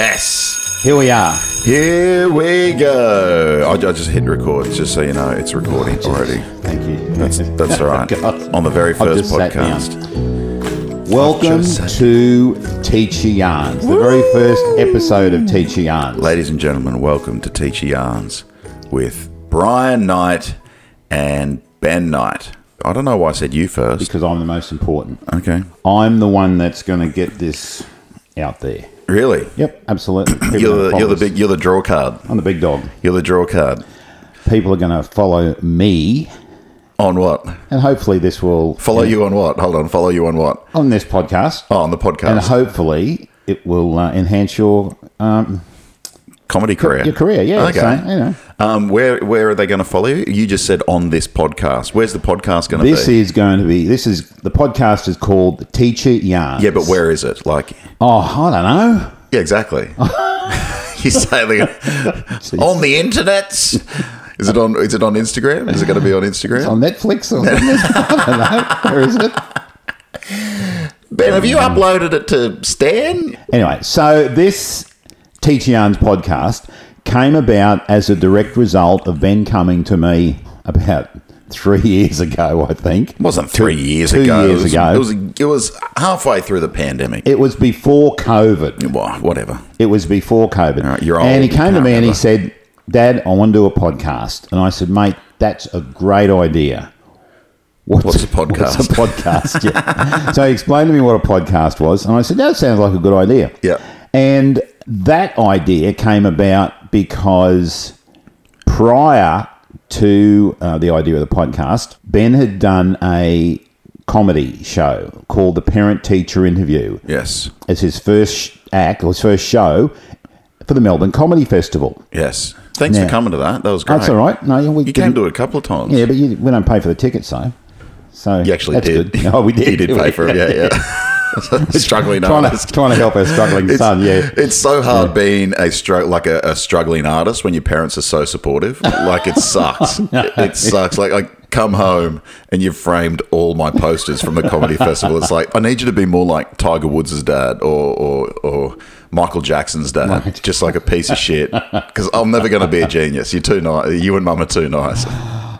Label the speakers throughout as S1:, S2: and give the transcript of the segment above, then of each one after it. S1: Yes.
S2: Here we are.
S1: Here we go. I, I just hit record, just so you know, it's recording already.
S2: Thank you.
S1: That's, that's all right.
S2: Oh, God.
S1: On the very
S2: I've
S1: first
S2: just sat
S1: podcast.
S2: Welcome
S1: Just sat-
S2: to Teacher Yarns, the very first episode of Teacher Yarns.
S1: Ladies and gentlemen, welcome to Teacher Yarns with Brian Knight and Ben Knight. I don't know why I said you first.
S2: Because I'm the most important.
S1: Okay.
S2: I'm the one that's going to get this out there.
S1: Really?
S2: Yep, absolutely. People are
S1: You're the, you're
S2: gonna
S1: the
S2: follow us.
S1: big you're the draw card.
S2: I'm the big dog.
S1: You're the draw card.
S2: People are going to follow me,
S1: On what?
S2: and hopefully this will
S1: Follow you on what? Hold on, follow you on what?
S2: on this podcast,
S1: Oh, on the
S2: and
S1: podcast.
S2: hopefully it will uh, enhance your um,
S1: Comedy career.
S2: your career. Yeah.
S1: Okay.
S2: So, you know.
S1: Um, where where are they going to follow you? You just said on this podcast. Where's the podcast going to
S2: This
S1: be?
S2: is going to be. This is the podcast is called Teacher Yarns.
S1: yeah, but where is it? Like,
S2: Oh, I don't know.
S1: yeah, exactly. you say they're gonna, on the internet. Is it on? Is it on Instagram? Is it going to be on Instagram?
S2: It's on Netflix or something. I don't know. Where is it?
S1: ben, have you uploaded it to Stan?
S2: Anyway, so this Teacher Yarns podcast came about as a direct result of Ben coming to me about three years ago, I think.
S1: It wasn't three years
S2: two
S1: ago.
S2: years
S1: it was,
S2: ago.
S1: It was, it was halfway through the pandemic.
S2: It was before COVID.
S1: Well, whatever.
S2: It was before COVID.
S1: right, you're old,
S2: and he
S1: you
S2: came to
S1: can't
S2: me and he
S1: remember.
S2: said, Dad, I want to do a podcast. And I said, Mate, that's a great idea.
S1: What's a podcast?
S2: What's a podcast? Yeah. so he explained to me what a podcast was. And I said, That sounds like a good idea.
S1: Yeah.
S2: And that idea came about because prior to uh, the idea of the podcast, Ben had done a comedy show called The Parent Teacher Interview
S1: Yes.
S2: as his first sh- act or his first show for the Melbourne Comedy Festival.
S1: Yes. Thanks
S2: Now-
S1: for coming to that. That was great.
S2: That's all right. No, we
S1: You came
S2: didn't-
S1: to it a couple of times.
S2: Yeah, but you, we don't pay for the tickets, so so
S1: You actually
S2: that's
S1: did.
S2: Good. Oh, we did.
S1: You did pay for it. Yeah, yeah. struggling
S2: trying
S1: artist.
S2: to trying to help our struggling son. Yeah,
S1: It's so hard being a stro- like a, a struggling artist when your parents are so supportive. Like it sucks. It sucks. Like I come home and you've framed all my posters from the comedy festival. It's like I need you to be more like Tiger Woods' dad or or, or Michael Jackson's dad, just like a piece of shit. Because I'm never going to be a genius. You're too nice. You and Mum are too nice.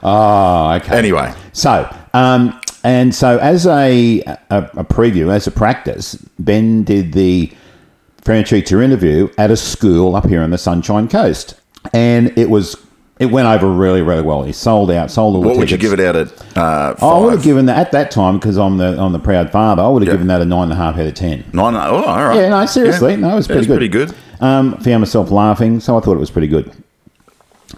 S2: Oh, okay.
S1: Anyway,
S2: So, um, and so as a, a a preview, as a practice, Ben did the parent teacher interview at a school up here on the Sunshine Coast, and it was it went over really really well. He sold out, sold all the
S1: what would you
S2: tickets. Oh,
S1: give it out at? Uh,
S2: I would
S1: five?
S2: have given that at that time because I'm the I'm the proud father. I would have
S1: Yeah.
S2: given that a nine and a half out of ten.
S1: Nine. Oh, all right.
S2: Yeah, no, seriously, no, it was
S1: Yeah,
S2: pretty
S1: it's
S2: good.
S1: pretty good.
S2: Um, found myself laughing, so I thought it was pretty good.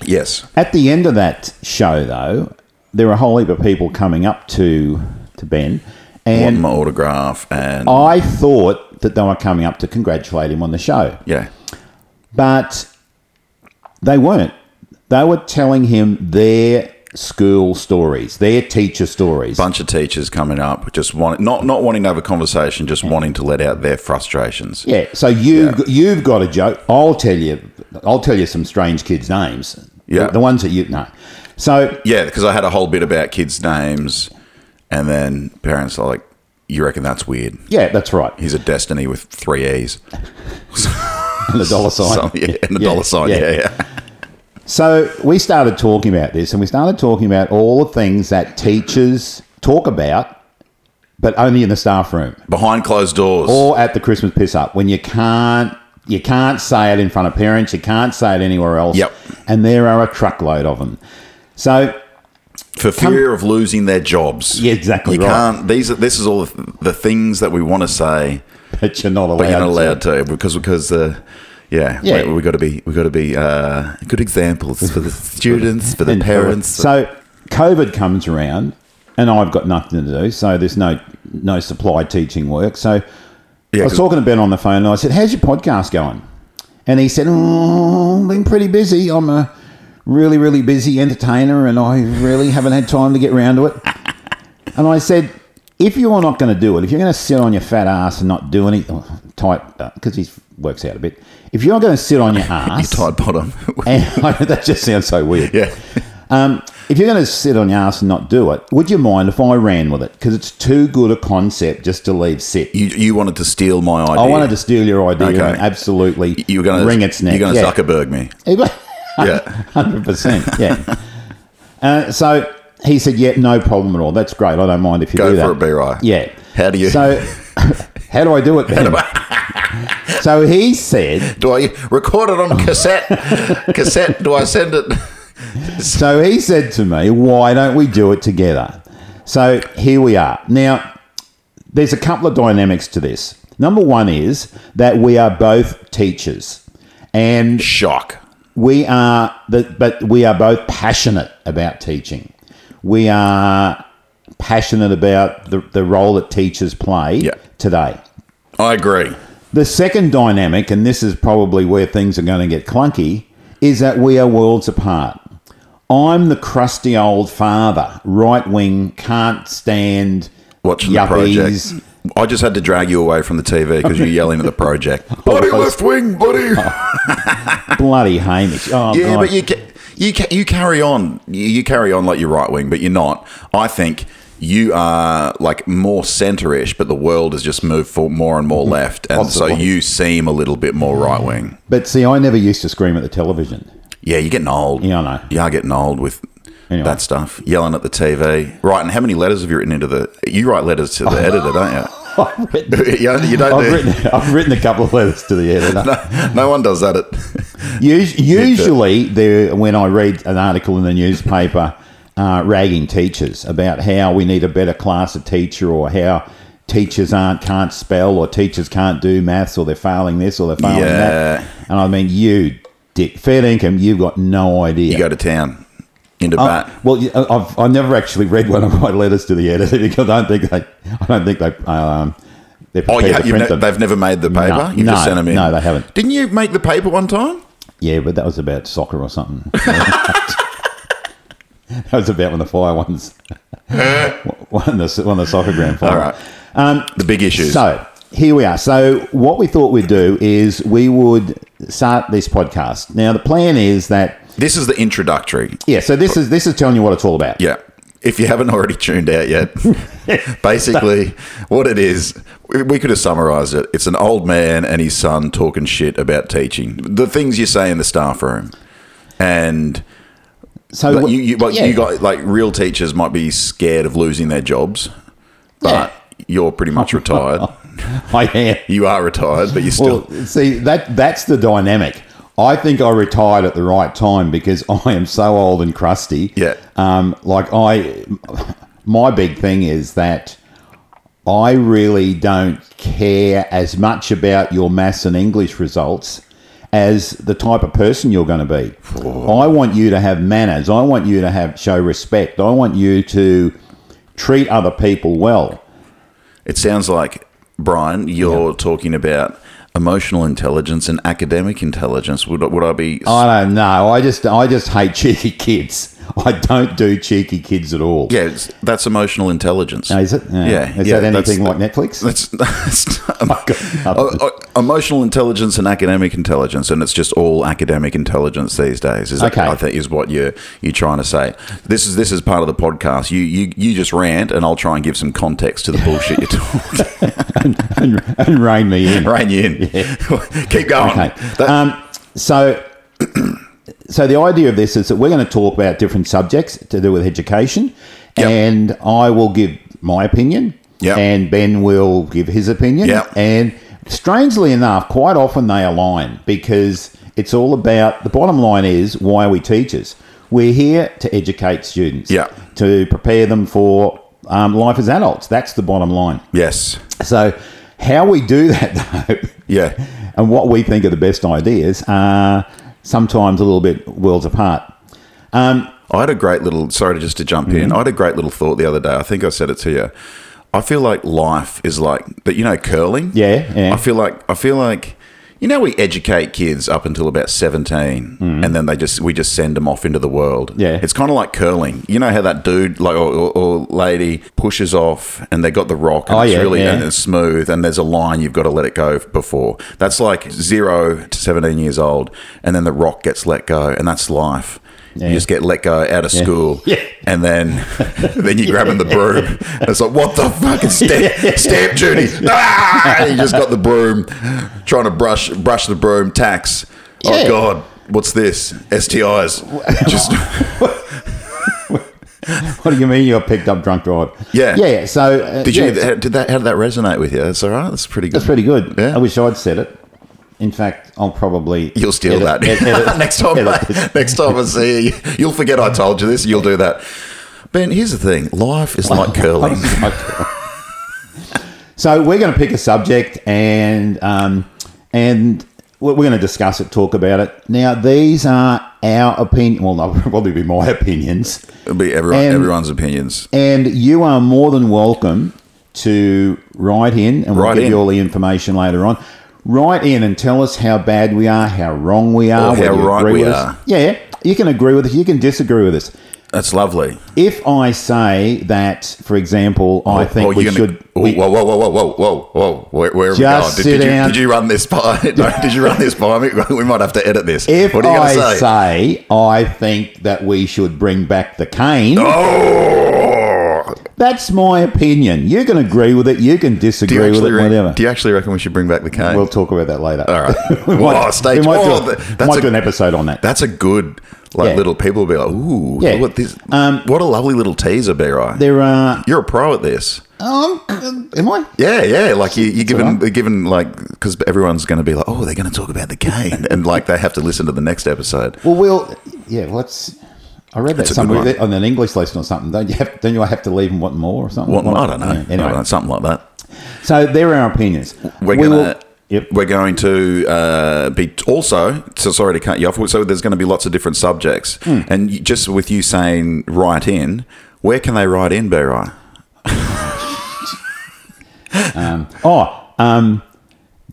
S1: Yes.
S2: At the end of that show, though, there were a whole heap of people coming up to to Ben,
S1: Want
S2: and Oh.
S1: my autograph and
S2: I thought that they were coming up to congratulate him on the show,
S1: yeah.
S2: but they weren't. They were telling him their school stories, their teacher stories.
S1: Bunch of teachers coming up, just want not not wanting to have a conversation, just wanting to let out their frustrations.
S2: Yeah. So you have you've got a joke. I'll tell you. I'll tell you some strange kids' names.
S1: Yeah.
S2: The, the ones that you know. So
S1: Yeah, because I had a whole bit about kids' names, and then parents are like, "You reckon that's weird?
S2: yeah, that's right.
S1: He's a destiny with three E's,
S2: And the dollar sign.
S1: So, yeah, and a
S2: Yeah,
S1: dollar sign,
S2: yeah.
S1: yeah, yeah,
S2: So we started talking about this, and we started talking about all the things that teachers talk about, but only in the staff room
S1: behind closed doors.
S2: or at the Christmas piss up when you can't. You can't say it in front of parents. You can't say it anywhere else.
S1: Yep.
S2: And there are a truckload of them. So
S1: for fear of losing their jobs.
S2: Yeah, exactly
S1: You
S2: right.
S1: can't. These are this is all the, the things that we want to say,
S2: but you're not allowed.
S1: but you're not
S2: to.
S1: allowed to because because the yeah,
S2: Yeah.
S1: we, we got to be we got to be uh, good examples for the students for the
S2: And
S1: parents.
S2: So COVID comes around, and I've got nothing to do. So there's no no supply teaching work. So I
S1: yeah,
S2: was
S1: 'cause-
S2: talking to Ben on the phone, and I said, "How's your podcast going?" And he said, "Oh, been pretty busy. I'm a really really busy entertainer, and I really haven't had time to get round to it." And I said, "If you are not going to do it, if you're going to sit on your fat ass and not do any oh, tight because he works out a bit, if you're going to sit on your
S1: you
S2: ass."
S1: tied bottom.
S2: and that just sounds so weird.
S1: yeah,
S2: Um, If you're going to sit on your ass and not do it, would you mind if I ran with it? Because it's too good a concept just to leave sit.
S1: You, you wanted to steal my idea.
S2: I wanted to steal your idea
S1: Okay.
S2: and absolutely
S1: You were going to
S2: wring its neck.
S1: You're going to
S2: yeah.
S1: Zuckerberg me. Yeah.
S2: Hundred percent. Yeah. uh, so he said, "Yeah, no problem at all. That's great. I don't mind if you
S1: Go
S2: do
S1: for
S2: that."
S1: it, B-Rye.
S2: Yeah.
S1: How do you-
S2: So how do I do it then? so he said.
S1: Do I record it on cassette? cassette? Do I send it?
S2: So he said to me, "Why don't we do it together?" So here we are. Now, there's a couple of dynamics to this. Number one is that we are both teachers, and
S1: Shock.
S2: we are the, but we are both passionate about teaching we are passionate about the, the role that teachers play
S1: Yeah.
S2: today
S1: I agree.
S2: the second dynamic and this is probably where things are going to get clunky is that we are worlds apart i'm the crusty old father right wing can't stand
S1: Watching
S2: yuppies.
S1: the project. I just had to drag you away from the TV because you're yelling at the project. Bloody left wing, bloody.
S2: bloody hamish oh
S1: Yeah,
S2: God.
S1: but you ca- you ca- you carry on. You, you carry on like you're right wing, but you're not. I think you are like more centre-ish, but the world has just moved for more and more left, and so
S2: Mm-hmm. Possibly. Mm-hmm.
S1: you seem a little bit more right wing.
S2: but see i never used to scream at the television
S1: Yeah, you're getting old.
S2: Yeah, I know.
S1: You are getting old with
S2: Anyway.
S1: that stuff. Yelling at the TV. Right, and how many letters have you written into the? You write letters to the editor, don't
S2: I've written,
S1: you? you? You don't.
S2: I've
S1: do-
S2: written, I've written a couple of letters to the editor.
S1: no, no one does that. At,
S2: Us- usually, there when I read an article in the newspaper uh, ragging teachers about how we need a better class of teacher, or how teachers aren't can't spell, or teachers can't do maths, or they're failing this, or they're failing
S1: yeah,
S2: that. And I mean, you dick, fair dinkum, you've got no idea.
S1: you go to town into
S2: Oh,
S1: bat.
S2: well, you- I- I've, I've never actually read one of my letters to the editor because I don't think they, I don't think they, um, they're
S1: Oh,
S2: prepared
S1: you,
S2: to
S1: you've
S2: print
S1: ne-
S2: them.
S1: they've never made the paper.
S2: No,
S1: you
S2: no,
S1: just sent them in.
S2: no, they haven't.
S1: Didn't you make the paper one time?
S2: Yeah, but that was about soccer or something. that was about when the fire ones won the won the soccer grand final.
S1: All right. the big issues.
S2: Um, So here we are. So what we thought we'd do is we would start this podcast. Now the plan is that
S1: this is the introductory.
S2: yeah. So this is this is telling you what it's all about.
S1: Yeah. If you haven't already tuned out yet, basically what it is, we- we could have summarized it. It's an old man and his son talking shit about teaching. The things you say in the staff room. And
S2: So
S1: but
S2: what-
S1: you, you, but
S2: yeah.
S1: you got like real teachers might be scared of losing their jobs,
S2: Yeah.
S1: but you're pretty much retired.
S2: I am.
S1: you are retired, but you're still.
S2: Well, see that that's the dynamic. I think I retired at the right time because I am so old and crusty.
S1: Yeah.
S2: Um, like I, my big thing is that I really don't care as much about your maths and English results as the type of person you're going to be. I want you to have manners. I want you to have show respect. I want you to treat other people well.
S1: It sounds like, Brian, you're talking about emotional intelligence and academic intelligence. Would, would I be.
S2: I don't know. I just I just hate cheeky kids. I don't do cheeky kids at all.
S1: yeah, it's- that's emotional intelligence.
S2: Is it?
S1: Yeah,
S2: Is
S1: yeah,
S2: that
S1: that's-
S2: anything like Netflix?
S1: That's, that's
S2: got
S1: Oh, oh, emotional intelligence and academic intelligence, and it's just all academic intelligence these days. Is that,
S2: Okay.
S1: I think is what you're you're trying to say. This is this is part of the podcast. You you you just rant, and I'll try and give some context to the bullshit you're talking.
S2: and, and rein me in.
S1: Rein you in. Keep going.
S2: Okay.
S1: That-
S2: um, so, so the idea of this is that we're going to talk about different subjects to do with education,
S1: Yep.
S2: and I will give my opinion,
S1: Yep.
S2: and Ben will give his opinion,
S1: Yep.
S2: and strangely enough, quite often they align because it's all about the bottom line is why are we teachers? We're here to educate students,
S1: Yeah.
S2: to prepare them for um, life as adults. That's the bottom line.
S1: yes.
S2: So, how we do that though.
S1: Yeah.
S2: And what we think are the best ideas are sometimes a little bit worlds apart.
S1: I had a great little. Sorry to just to jump
S2: Mm-hmm.
S1: in. I had a great little thought the other day. I think I said it to you. I feel like life is like that. You know, curling.
S2: Yeah, yeah.
S1: I feel like I feel like you know we educate kids up until about seventeen, and then they just we just send them off into the world.
S2: Mm. Yeah.
S1: it's kind of like curling. You know how that dude like or, or, or lady pushes off, and they got the rock, and
S2: Oh,
S1: it's
S2: yeah,
S1: really
S2: yeah.
S1: and it's smooth, and there's a line you've got to let it go before. That's like zero to seventeen years old, and then the rock gets let go, and that's life. You just get let go out of school,
S2: Yeah.
S1: and then then you're grabbing the broom. And it's like, what the fuck is stamp, stamp duty? Ah! And you just got the broom, trying to brush brush the broom. Tax.
S2: Yeah.
S1: Oh God, what's this? STIs. Just
S2: What do you mean you got picked up drunk drive?
S1: Yeah.
S2: Yeah. yeah. So uh,
S1: did
S2: yeah,
S1: you?
S2: it's-
S1: Did that? How did that resonate with you? That's all right. That's pretty good.
S2: That's pretty good.
S1: Yeah.
S2: I wish I'd said it. In fact, I'll probably
S1: You'll steal
S2: edit-
S1: that
S2: ed- edit-
S1: next time.
S2: edit
S1: mate. next time I see you, you'll forget I told you this. You'll do that. Ben, here's the thing: life is like curling.
S2: so we're going to pick a subject and um, and we're going to discuss it, talk about it. Now these are our opinion. Well, no, probably be my opinions.
S1: It'll be everyone,
S2: And-
S1: everyone's opinions.
S2: And you are more than welcome to write in, and we'll
S1: Write
S2: give
S1: in.
S2: you all the information later on. Write in and tell us how bad we are, how wrong we are,
S1: Or how
S2: whether you
S1: right
S2: agree
S1: we
S2: with
S1: are.
S2: Us. Yeah, you can agree with us, you can disagree with us.
S1: That's lovely.
S2: If I say that, for example, I think
S1: you're
S2: we
S1: gonna-
S2: should.
S1: Oh,
S2: we-
S1: whoa, whoa, whoa, whoa, whoa, whoa, whoa! Where, where are we going?
S2: Just
S1: Did,
S2: sit
S1: did, you,
S2: down.
S1: did you run this by? No, did you run this by me? We might have to edit this.
S2: if
S1: what are you
S2: I
S1: going to say?
S2: say? I think that we should bring back the cane,
S1: oh,
S2: that's my opinion. You can agree with it, you can
S1: do you
S2: disagree with
S1: actually
S2: it,
S1: re-
S2: whatever.
S1: do you actually reckon we should bring back the cane?
S2: we'll talk about that later.
S1: All right.
S2: we
S1: Whoa,
S2: might,
S1: stage-
S2: we might
S1: oh,
S2: do, a-
S1: th- that's
S2: might
S1: a-
S2: do an episode on that.
S1: That's a good like
S2: Yeah.
S1: little people will be like, ooh,
S2: Yeah.
S1: what this
S2: Um,
S1: what a lovely little teaser, B right.
S2: there are.
S1: You're a pro at this.
S2: Um, am I?
S1: Yeah, yeah. Like you, you're given,
S2: all right.
S1: they're given like because everyone's going to be like, oh, they're going to talk about the cane, and like they have to listen to the next episode.
S2: Well, we'll. Yeah, let's. I read that
S1: That's a good
S2: somewhere
S1: one.
S2: that- on an English lesson or something. Don't you have? Don't you have to leave and want more or something?
S1: What I don't know.
S2: Yeah,
S1: I
S2: Anyway,
S1: don't know, something like that.
S2: so there are our opinions.
S1: We're
S2: We
S1: gonna.
S2: will- Yep.
S1: We're going to uh, be also. So sorry to cut you off. So there's going to be lots of different subjects,
S2: Hmm.
S1: and you, just with you saying write in, where can they write in, B right?
S2: Oh, um,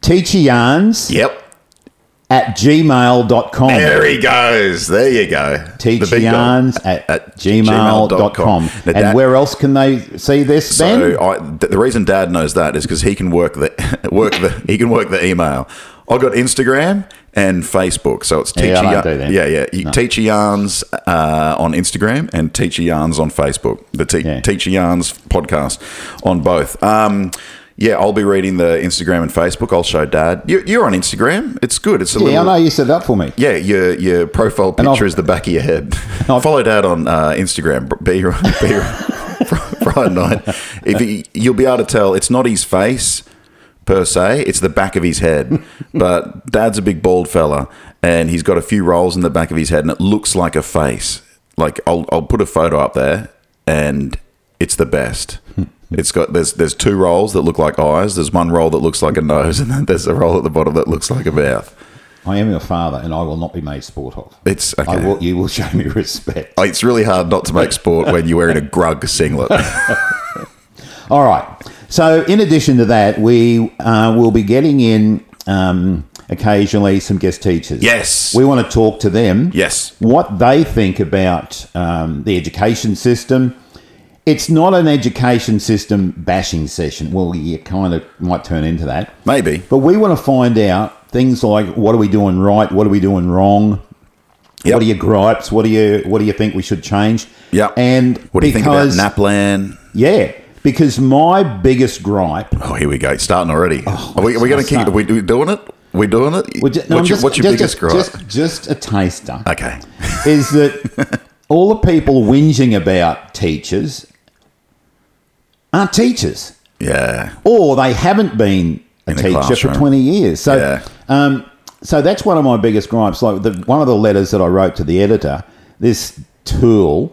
S2: teacheryarns
S1: Yep.
S2: at gmail.com.
S1: There he goes. There you go. The big dog.
S2: Teacheryarns at,
S1: At
S2: at gmail.com.
S1: gmail.com. Now
S2: And
S1: that-
S2: where else can they see this, Ben?
S1: So I, th- the reason Dad knows that is because he can work the work the he can work the email. I got Instagram and Facebook, so it's teacher
S2: Yeah, I don't
S1: yarn.
S2: do that.
S1: yeah, yeah. You, Teacher yarns uh, on Instagram and teacher yarns on Facebook. The te-
S2: Yeah.
S1: teacher yarns podcast on both. Um, yeah, I'll be reading the Instagram and Facebook. I'll show Dad. You, you're on Instagram. It's good. It's a
S2: yeah, I
S1: little.
S2: know you set it up for me.
S1: Yeah, your your profile
S2: I'll-
S1: picture is the back of your head.
S2: I'll-
S1: Follow Dad on uh, Instagram. br- Be be Fri- Friday night. If he, you'll be able to tell, it's not his face per se; it's the back of his head. But Dad's a big bald fella, and he's got a few rolls in the back of his head, and it looks like a face. Like I'll I'll put a photo up there, and it's the best. It's got there's there's two rolls that look like eyes. There's one roll that looks like a nose, and then there's a roll at the bottom that looks like a mouth.
S2: I am your father and I will not be made sport of.
S1: It's okay.
S2: I will, you will show me respect.
S1: Oh, It's really hard not to make sport when you're wearing a grug singlet.
S2: All right. So, in addition to that, we uh, will be getting in um, occasionally some guest teachers.
S1: Yes.
S2: We want to talk to them.
S1: yes.
S2: what they think about um, the education system. It's not an education system bashing session. Well, you kind of might turn into that.
S1: Maybe.
S2: But we want to find out things like what are we doing right? What are we doing wrong?
S1: Yep.
S2: What are your gripes? What do you what do you think we should change?
S1: Yep.
S2: And
S1: What do you think about
S2: because,
S1: Naplan?
S2: Yeah. Because my biggest gripe
S1: Oh, here we go. It's starting already. are we, are we going to keep
S2: start.
S1: Are we, we doing it? we doing it?
S2: Oh, Well, ju- no, I'm
S1: what's, your,
S2: just-
S1: what's your
S2: just-
S1: biggest gripe?
S2: just, just a taster.
S1: okay.
S2: is that all the people whinging about teachers aren't teachers,
S1: Yeah.
S2: or they haven't been a
S1: In a
S2: teacher for
S1: classroom.
S2: twenty years. So,
S1: Yeah.
S2: um, so that's one of my biggest gripes. Like the, one of the letters that I wrote to the editor, this tool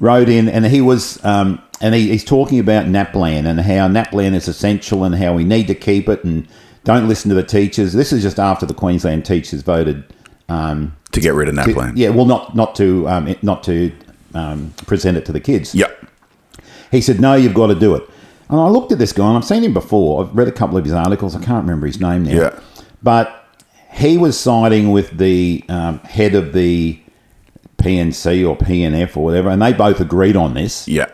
S2: wrote in, and he was. Um, and he, he's talking about NAPLAN and how NAPLAN is essential and how we need to keep it and don't listen to the teachers. This is just after the Queensland teachers voted
S1: To get rid of Naplan.
S2: yeah, well, not not to um, it- not to um, present it to the kids.
S1: Yep.
S2: He said, "No, you've got to do it." And I looked at this guy, and I've seen him before. I've read a couple of his articles. I can't remember his name now.
S1: Yeah.
S2: but he was siding with the um, head of the PNC or PNF or whatever, and they both agreed on this
S1: Yeah.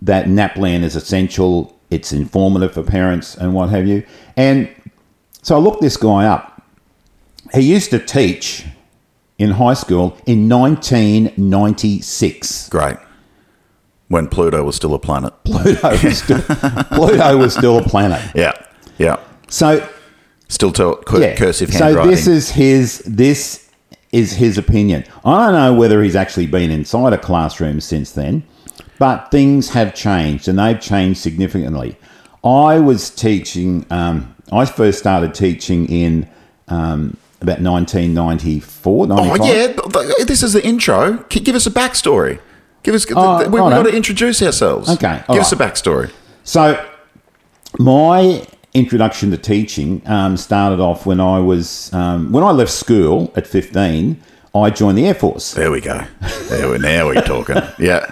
S2: that NAPLAN is essential. It's informative for parents and what have you. And so I looked this guy up. He used to teach in high school in 1996.
S1: Great. When Pluto was still a planet.
S2: Pluto was still, Pluto was still a planet.
S1: Yeah. Yeah.
S2: So
S1: Still tell, cur-
S2: yeah.
S1: cursive handwriting.
S2: so this is his this is his opinion. I don't know whether he's actually been inside a classroom since then, but things have changed and they've changed significantly. I was teaching. Um, I first started teaching in um, about 1994,
S1: Oh
S2: 95.
S1: yeah, th- th- this is the intro. C- Give us a backstory. Give us.
S2: Oh,
S1: th- we,
S2: all
S1: have
S2: right.
S1: got to introduce ourselves.
S2: Okay,
S1: Give
S2: all
S1: us a
S2: right.
S1: backstory.
S2: So, my introduction to teaching um, started off when I was um, when I left school at fifteen. I joined the air force.
S1: There we go. There we, now we're talking. Yeah.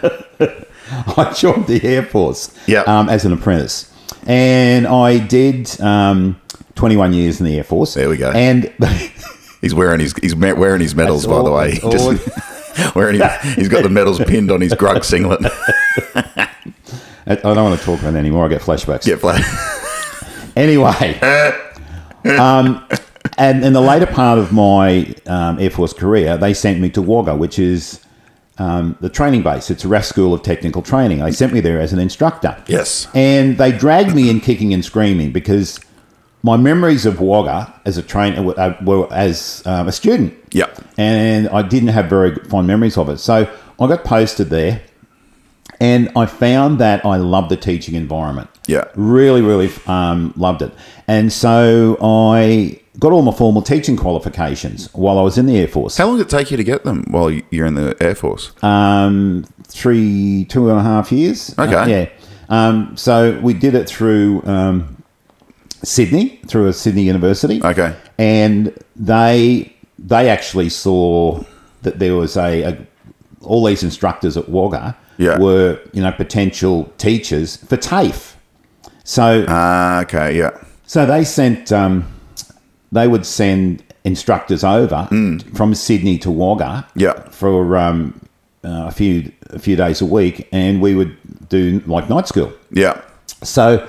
S2: I joined the air force.
S1: Yeah.
S2: Um, as an apprentice, and I did um, twenty-one years in the air force.
S1: There we go.
S2: And
S1: He's wearing his he's me- wearing his medals by the
S2: all-
S1: way. He
S2: that's all.
S1: just, wearing his, he's got the medals pinned on his grug singlet.
S2: I don't want to talk about it anymore. I get flashbacks.
S1: Yeah, flat.
S2: Anyway,
S1: Uh,
S2: um, and in the later part of my um, Air Force career, they sent me to Wagga, which is um, the training base. It's a RAF School of Technical Training. They sent me there as an instructor.
S1: Yes.
S2: And they dragged me in kicking and screaming because my memories of Wagga as a train uh, were as um, a student.
S1: Yep.
S2: And I didn't have very fond memories of it. So I got posted there and I found that I loved the teaching environment.
S1: Yeah.
S2: Really, really um, loved it. And so I got all my formal teaching qualifications while I was in the Air Force.
S1: How long did it take you to get them while you- you're in the Air Force?
S2: Um, three, two and a half years.
S1: Okay.
S2: Uh, yeah. Um, so we did it through um, Sydney, through a Sydney university.
S1: Okay.
S2: And they they actually saw that there was a, a all these instructors at Wagga
S1: Yeah.
S2: were you know potential teachers for TAFE. So
S1: Ah, okay, yeah.
S2: so they sent, um, they would send instructors over
S1: Mm.
S2: from Sydney to Wagga
S1: Yeah.
S2: for um, uh, a few a few days a week, and we would do like night school.
S1: Yeah.
S2: So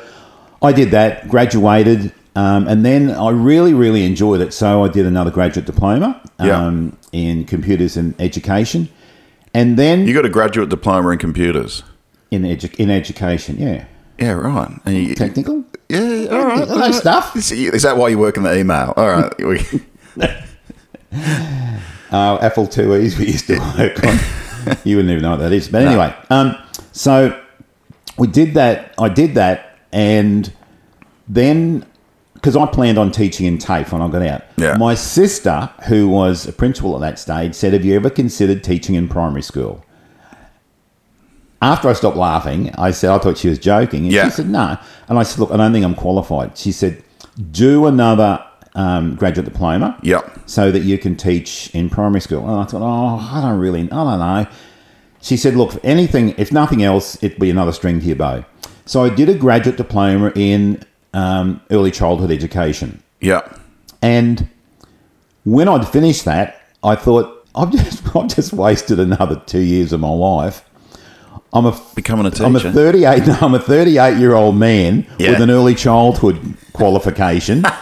S2: I did that, graduated, um, and then I really, really enjoyed it. So I did another graduate diploma
S1: Yeah.
S2: um, in computers and education, and then
S1: You got a graduate diploma in computers.
S2: in edu- in education, yeah,
S1: Yeah, right. And you,
S2: technical.
S1: yeah, all right.
S2: Hello, stuff.
S1: Is, is that why you work in the email? All right. We,
S2: Uh, Apple IIe's we used to work on. you wouldn't even know what that is. But anyway, um, so we did that. I did that, and then because I planned on teaching in TAFE when I got out.
S1: Yeah.
S2: My sister, who was a principal at that stage, said, "Have you ever considered teaching in primary school?" After I stopped laughing, I said, "I thought she was joking," and
S1: Yeah.
S2: she said, "No." And I said, "Look, I don't think I'm qualified." She said, "Do another." Um, graduate diploma
S1: yep.
S2: so that you can teach in primary school. And I thought, oh, I don't really, I don't know. She said, look, if anything, if nothing else, it'd be another string to your bow. So I did a graduate diploma in um, early childhood education.
S1: Yep.
S2: And when I'd finished that, I thought, I've just, I've just wasted another two years of my life. I'm a
S1: Becoming a teacher.
S2: I'm a 38. No, I'm a 38 year old man
S1: Yeah.
S2: with an early childhood qualification.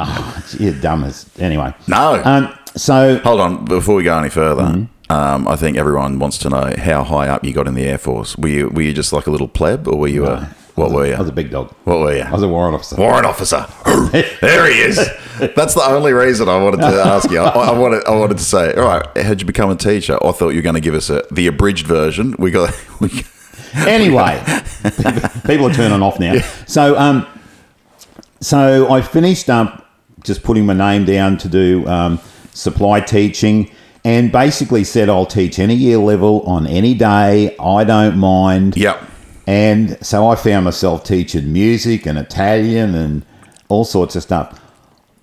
S2: oh, you're dumb as anyway.
S1: no.
S2: Um, so
S1: Hold on, before we go any further,
S2: Mm-hmm.
S1: um, I think everyone wants to know how high up you got in the Air Force. Were you were you just like a little pleb, or were you a what were you?
S2: I was a big dog.
S1: what were you?
S2: I was a warrant officer.
S1: Warrant officer. there he is. That's the only reason I wanted to ask you. I, I wanted I wanted to say, all right, how'd you become a teacher? I thought you were going to give us a, the abridged version. We got. We,
S2: Anyway, people are turning off now. So, um, so I finished up just putting my name down to do um, supply teaching, and basically said I'll teach any year level on any day. I don't mind.
S1: yep.
S2: And so I found myself teaching music and Italian and all sorts of stuff.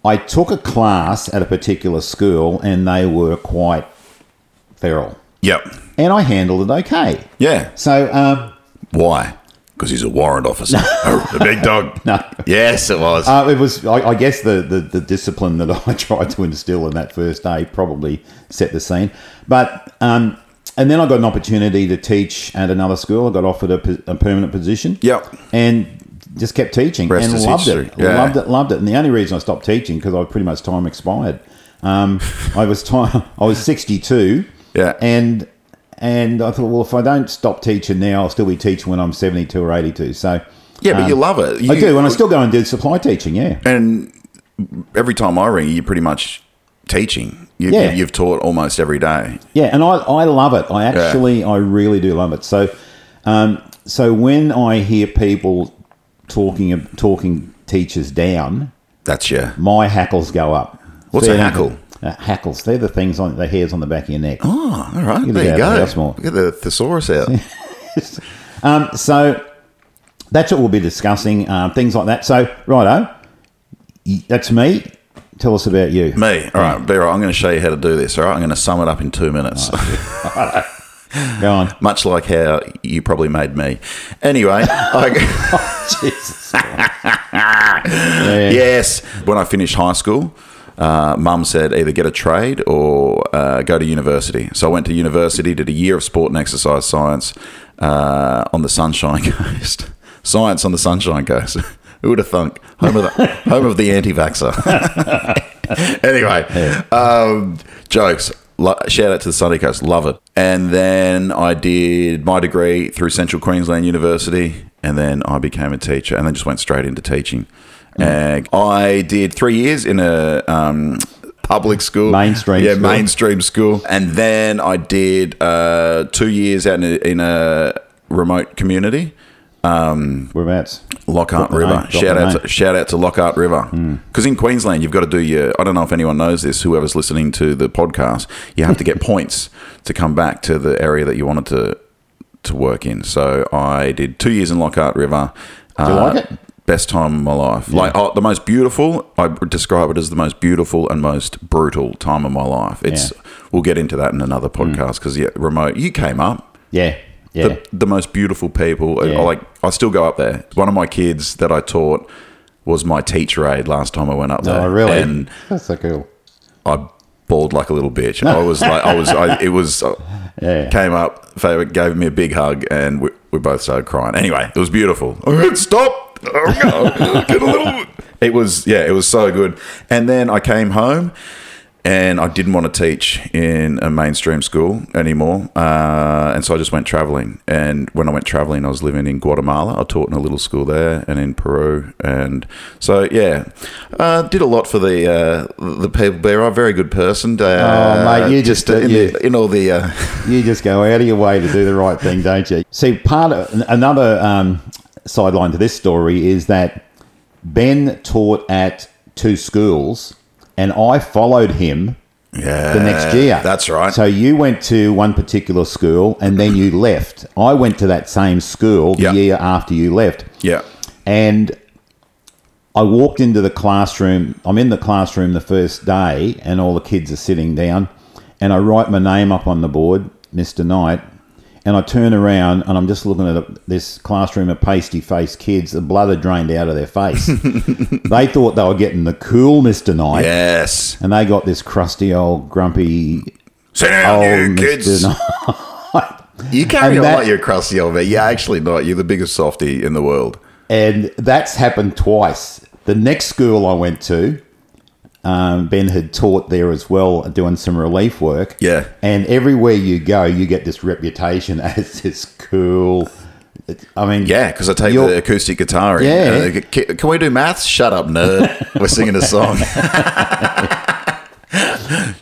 S2: I took a class at a particular school and they were quite feral.
S1: Yep.
S2: And I handled it okay.
S1: Yeah.
S2: So, um,
S1: Why? Because he's a warrant officer. the big dog.
S2: no.
S1: Yes, it was.
S2: Uh, it was, I, I guess, the, the, the discipline that I tried to instill in that first day probably set the scene. But, um, and then I got an opportunity to teach at another school. I got offered a, po- a permanent position.
S1: Yep.
S2: And just kept teaching
S1: Rest
S2: and
S1: is
S2: loved
S1: history.
S2: it.
S1: Yeah.
S2: Loved it, loved it. And the only reason I stopped teaching because I pretty much time expired. Um, I was t- I was 62.
S1: Yeah.
S2: Uh, And and I thought, well, if I don't stop teaching now, I'll still be teaching when I'm 72 or 82. So
S1: Yeah, but you love it.
S2: um, I
S1: You-
S2: do, and I still go and do supply teaching. Yeah.
S1: And every time I ring you, you're pretty much teaching. You,
S2: Yeah.
S1: You've taught almost every day.
S2: Yeah, and I, I love it. I actually, I really do love it. So, um, so when I hear people talking talking teachers down,
S1: That's your.
S2: my hackles go up.
S1: What's a
S2: They're-
S1: hackle?
S2: Uh, hackles. They're the things on the hairs on the back of your neck.
S1: Oh, all right.
S2: me
S1: There you
S2: that,
S1: go.
S2: that's more.
S1: Get the thesaurus out.
S2: Um, so that's what we'll be discussing. Um, things like that. So righto, Y- that's me. Tell us about you.
S1: Me. All right, Vera, I'm going to show you how to do this. All right, I'm going to sum it up in two minutes.
S2: Go on.
S1: Much like how you probably made me. Anyway, I,
S2: Jesus. yeah.
S1: yes, when I finished high school, uh, mum said either get a trade or uh, go to university. So I went to university, did a year of sport and exercise science uh, on the Sunshine Coast. Science on the Sunshine Coast. Who would have thunk? Home of the, home of the anti-vaxxer. anyway, um, jokes. Lo- shout out to the Sunny Coast. Love it. And then I did my degree through Central Queensland University. And then I became a teacher and then just went straight into teaching.
S2: Hmm.
S1: And I did three years in a um, public school.
S2: Mainstream
S1: Yeah,
S2: school.
S1: mainstream school. And then I did uh, two years out in a, in a remote community.
S2: Whereabouts?
S1: Lockhart
S2: the
S1: River.
S2: name, drop
S1: shout
S2: the
S1: out,
S2: name. Hmm.
S1: to, shout out to Lockhart River. Because in Queensland, you've got to do your. I don't know if anyone knows this. Whoever's listening to the podcast, you have to get points to come back to the area that you wanted to to work in. So I did two years in Lockhart River. Uh,
S2: you like it?
S1: Best time of my life. Like oh, the most beautiful. I would describe it as the most beautiful and most brutal time of my life. It's. We'll get into that in another podcast because yeah, remote. You came up
S2: Yeah. Yeah.
S1: the, the most beautiful people. I-
S2: Yeah.
S1: I, like I still go up there. One of my kids that I taught was my teacher aide last time I went up there.
S2: oh, really?
S1: uh, And
S2: that's so cool.
S1: I bawled like a little bitch. I was like, I was, I, it was, uh,
S2: Yeah.
S1: came up, Favorite gave me a big hug, and we, we both started crying. Anyway, it was beautiful. All right, stop. Oh, no. Get a little. It was, yeah, it was so good. And then I came home. And I didn't want to teach in a mainstream school anymore. Uh, and so I just went traveling. And when I went traveling, I was living in Guatemala. I taught in a little school there and in Peru. And so, yeah, uh, did a lot for the uh, the people there. I'm a very good person. Uh,
S2: Oh, mate, you just-
S1: in,
S2: you-
S1: in all the. Uh,
S2: You just go out of your way to do the right thing, don't you? See, part of another um, sideline to this story is that Ben taught at two schools, and I followed him
S1: Yeah.
S2: the next year.
S1: Uh, That's right.
S2: So you went to one particular school, and then you left. I went to that same school the
S1: Yeah.
S2: year after you left.
S1: yeah.
S2: And I walked into the classroom. I'm in the classroom the first day, and all the kids are sitting down. And I write my name up on the board, Mr. Knight. And I turn around and I'm just looking at a, this classroom of pasty faced kids. The blood had drained out of their face. they thought they were getting the cool Mr. Knight.
S1: Yes.
S2: And they got this crusty old grumpy
S1: Sit down,
S2: old
S1: you
S2: Mr.
S1: kids.
S2: Oh, Knight.
S1: You carry
S2: And
S1: on
S2: that-
S1: like you're crusty old man. You're actually not. You're the biggest softy in the world.
S2: And that's happened twice. The next school I went to, um, Ben had taught there as well, doing some relief work.
S1: Yeah.
S2: And everywhere you go, you get this reputation as this cool. I mean,
S1: Yeah, because I take
S2: You're-
S1: the acoustic guitar. in,
S2: Yeah.
S1: and they go, "Can- Can we do maths? Shut up, nerd. We're singing a song.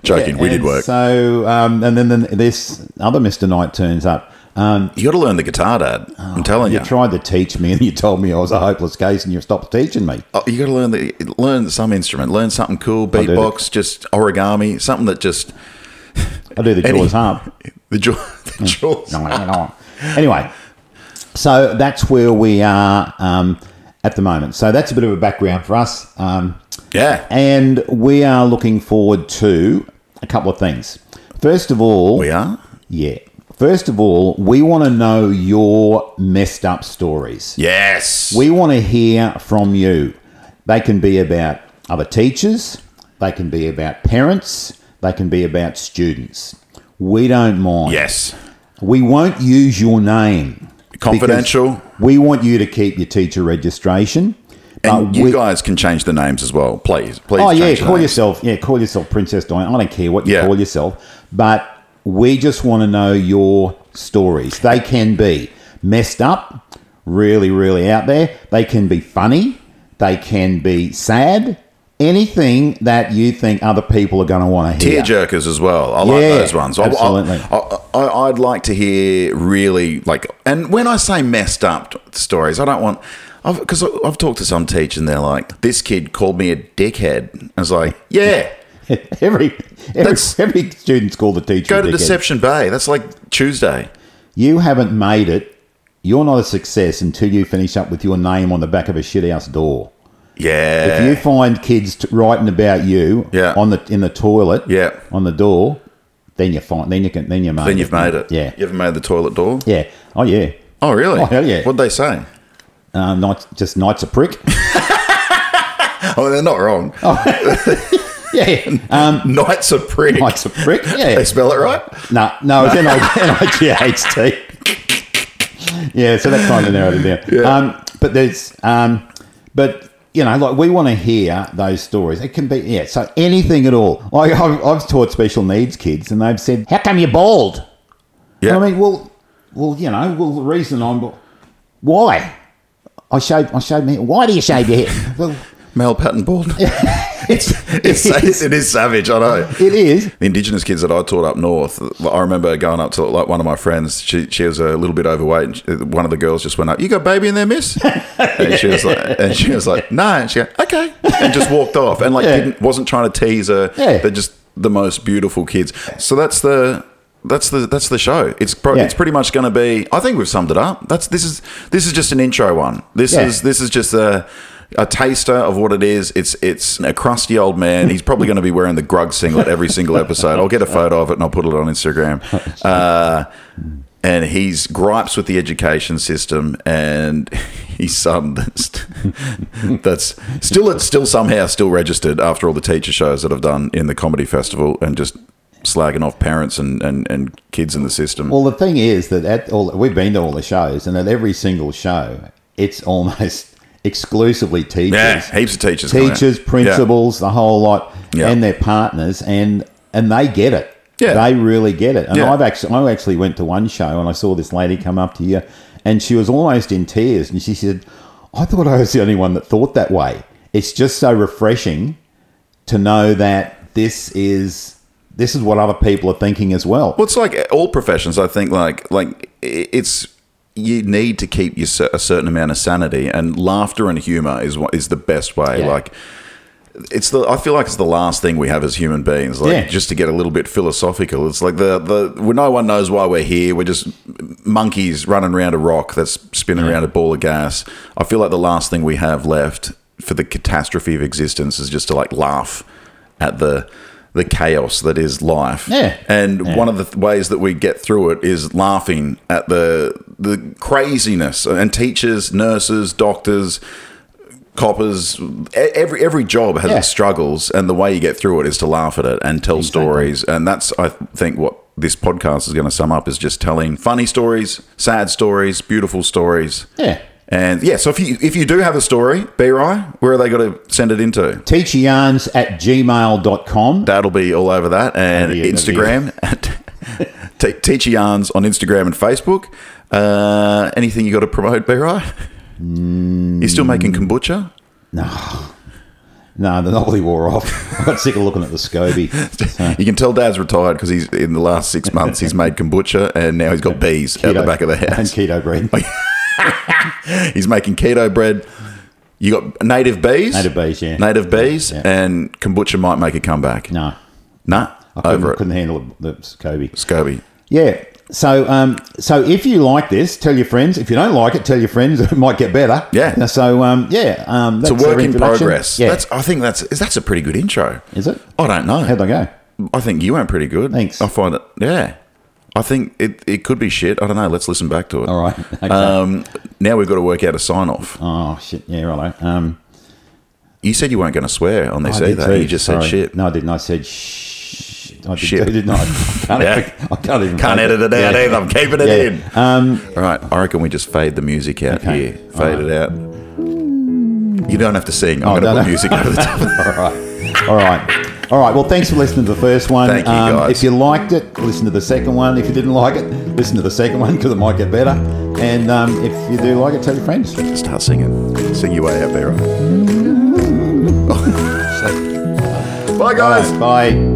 S1: Joking. we did
S2: and
S1: work.
S2: So, um, and then, then this other Mr. Knight turns up. Um,
S1: you got to learn the guitar, Dad. I'm telling
S2: you
S1: you.
S2: tried to teach me, and you told me I was a hopeless case, and you stopped teaching me.
S1: Oh, you got to learn the learn some instrument. Learn something cool.
S2: do that.
S1: Beatbox. Just origami. Something that just
S2: I do the
S1: Any-
S2: jaws harp.
S1: the jaw.
S2: Mm.
S1: The jaws.
S2: anyway, so that's where we are um, at the moment. So that's a bit of a background for us. Um,
S1: Yeah.
S2: and we are looking forward to a couple of things. First of all,
S1: We are.
S2: yeah. First of all, we want to know your messed up stories.
S1: Yes.
S2: We want to hear from you. They can be about other teachers, they can be about parents, they can be about students. We don't mind.
S1: yes.
S2: We won't use your name.
S1: Confidential.
S2: because We want you to keep your teacher registration
S1: And
S2: Uh,
S1: you
S2: we-
S1: guys can change the names as well, please. Please.
S2: Oh yeah,
S1: change the
S2: call
S1: names.
S2: yourself yeah, call yourself Princess Diana. I don't care what you
S1: Yeah.
S2: call yourself, but we just want to know your stories. They can be messed up, really, really out there. They can be funny. They can be sad. Anything that you think other people are going to want to hear.
S1: tear jerkers as well. I like
S2: Yeah,
S1: those ones. I,
S2: absolutely.
S1: I, I, would like to hear really like, and when I say messed up stories, I don't want because I've, 'cause I've talked to some teacher and they're like, "This kid called me a dickhead." I was like, "Yeah,
S2: every every,
S1: That's-
S2: every student's called a teacher.
S1: go to
S2: dickhead.
S1: Deception Bay. That's like Tuesday."
S2: You haven't made it. You're not a success until you finish up with your name on the back of a shithouse door.
S1: Yeah,
S2: If you find kids t- writing about you
S1: Yeah.
S2: on the in the toilet,
S1: Yeah.
S2: on the door, then you find then you can then you made
S1: then you've made it.
S2: Yeah,
S1: you ever made the toilet door?
S2: yeah. Oh yeah.
S1: Oh, really?
S2: Oh, hell yeah.
S1: What'd they say?
S2: Um, night, just night's a prick.
S1: Oh, they're not wrong.
S2: yeah, um,
S1: Knight's a prick.
S2: night's a prick. Yeah.
S1: They spell it right.
S2: No, no, it's N I G H T. Yeah, so that kind of narrowed it down. Um, but there's, um, but you know, like we want to hear those stories. It can be, yeah, so anything at all. Like I've, I've taught special needs kids, and they've said, "How come you're bald?"
S1: Yeah.
S2: And I mean, well, well, you know, well, the reason I'm, why? I shaved, I shaved my hair. Why do you shave your hair? Well,
S1: Mel Patton Baldwin.
S2: it's,
S1: it's,
S2: it is.
S1: it is savage. I know.
S2: It is.
S1: The indigenous kids that I taught up north, I remember going up to like one of my friends. She, she was a little bit overweight, and she, one of the girls just went up. You got baby in there, miss? And she was like, and she was like, no. And she went, okay, and just walked off, and like
S2: Yeah.
S1: didn't, wasn't trying to tease her.
S2: Yeah.
S1: They're just the most beautiful kids. So that's the. That's the that's the show. It's pro-
S2: Yeah.
S1: it's pretty much going to be. I think we've summed it up. That's this is this is just an intro one. This
S2: Yeah.
S1: is this is just a a taster of what it is. It's it's a crusty old man. He's probably going to be wearing the grug singlet every single episode. I'll get a photo of it and I'll put it on Instagram. Uh, and he's gripes with the education system, and he's some that's, that's still it's still somehow still registered after all the teacher shows that I've done in the comedy festival, and just slagging off parents and, and, and kids in the system.
S2: Well, the thing is that at all, we've been to all the shows, and at every single show, it's almost exclusively teachers,
S1: yeah, heaps of teachers, come out.
S2: teachers,
S1: Yeah.
S2: principals, the whole lot,
S1: Yeah.
S2: and their partners, and and they get it.
S1: Yeah.
S2: they really get it. And
S1: Yeah.
S2: I've actually, I actually went to one show, and I saw this lady come up to you, and she was almost in tears, and she said, "I thought I was the only one that thought that way. It's just so refreshing to know that this is." This is what other people are thinking as well.
S1: Well, it's like all professions. I think like like i- it's you need to keep your cer- a certain amount of sanity and laughter and humor is what is the best way.
S2: Yeah.
S1: Like it's the I feel like it's the last thing we have as human beings. Like
S2: Yeah.
S1: just to get a little bit philosophical. It's like the the well, no one knows why we're here. We're just monkeys running around a rock that's spinning around a ball of gas. I feel like the last thing we have left for the catastrophe of existence is just to like laugh at the the chaos that is life.
S2: Yeah.
S1: And one of the th- ways that we get through it is laughing at the the craziness uh, and teachers, nurses, doctors, coppers, e- every every job has
S2: Yeah.
S1: its struggles and the way you get through it is to laugh at it and tell stories and that's I think what this podcast is going to sum up is just telling funny stories, sad stories, beautiful stories.
S2: Yeah.
S1: And yeah, so if you if you do have a story, B-Rye, where are they going to send it into?
S2: teacheryarns at gmail.com.
S1: That'll be all over that and
S2: That'll be it, that'll be
S1: Instagram. Te- Teacher Yarns on Instagram and Facebook. Uh, anything you got to promote, Be right?
S2: Mm.
S1: He's still making kombucha.
S2: No, the novelty wore off. I got sick of looking at the SCOBY. So,
S1: You can tell Dad's retired because he's in the last six months he's made kombucha and now he's got bees at the
S2: keto-
S1: back of the
S2: And
S1: house.
S2: keto bread.
S1: He's making keto bread. You got native bees,
S2: Native bees, yeah.
S1: native bees,
S2: Yeah.
S1: and kombucha might make a comeback.
S2: No,
S1: nah,
S2: I couldn't,
S1: over it,
S2: couldn't handle the SCOBY.
S1: Scobie.
S2: Yeah. So, um, so if you like this, tell your friends. If you don't like it, tell your friends. It might get better.
S1: Yeah.
S2: So, um, yeah. Um, that's
S1: It's a
S2: our
S1: work in
S2: introduction.
S1: progress.
S2: Yeah.
S1: That's. I think that's. That's a pretty good intro.
S2: Is it?
S1: I don't know.
S2: How'd I go?
S1: I think you went pretty good.
S2: Thanks.
S1: I find it. Yeah. I think it, it could be shit. I don't know. Let's listen back to it.
S2: All right. Okay.
S1: Um, now we've got to work out a sign off.
S2: oh, shit. Yeah, righto. Um,
S1: You said you weren't going to swear on this
S2: I did
S1: either.
S2: too.
S1: You just
S2: Sorry.
S1: said shit.
S2: No, I didn't. I said shh. I did,
S1: Shit.
S2: I did not. I can't,
S1: Yeah.
S2: I can't even.
S1: Can't edit it out
S2: Yeah.
S1: either. I'm keeping it
S2: Yeah. Um,
S1: in. All right. I reckon we just fade the music out
S2: Okay.
S1: here. Fade it out. You don't have to sing. I'm
S2: Oh,
S1: going to
S2: no,
S1: put
S2: no.
S1: music over the top. Of
S2: All right. All right. All right. Well, thanks for listening to the first one. Um,
S1: Thank you, guys.
S2: If you liked it, listen to the second one. If you didn't like it, listen to the second one because it might get better. And um, if you do like it, tell your friends.
S1: it. Start singing. Sing your way out there. Bye, guys.
S2: Bye.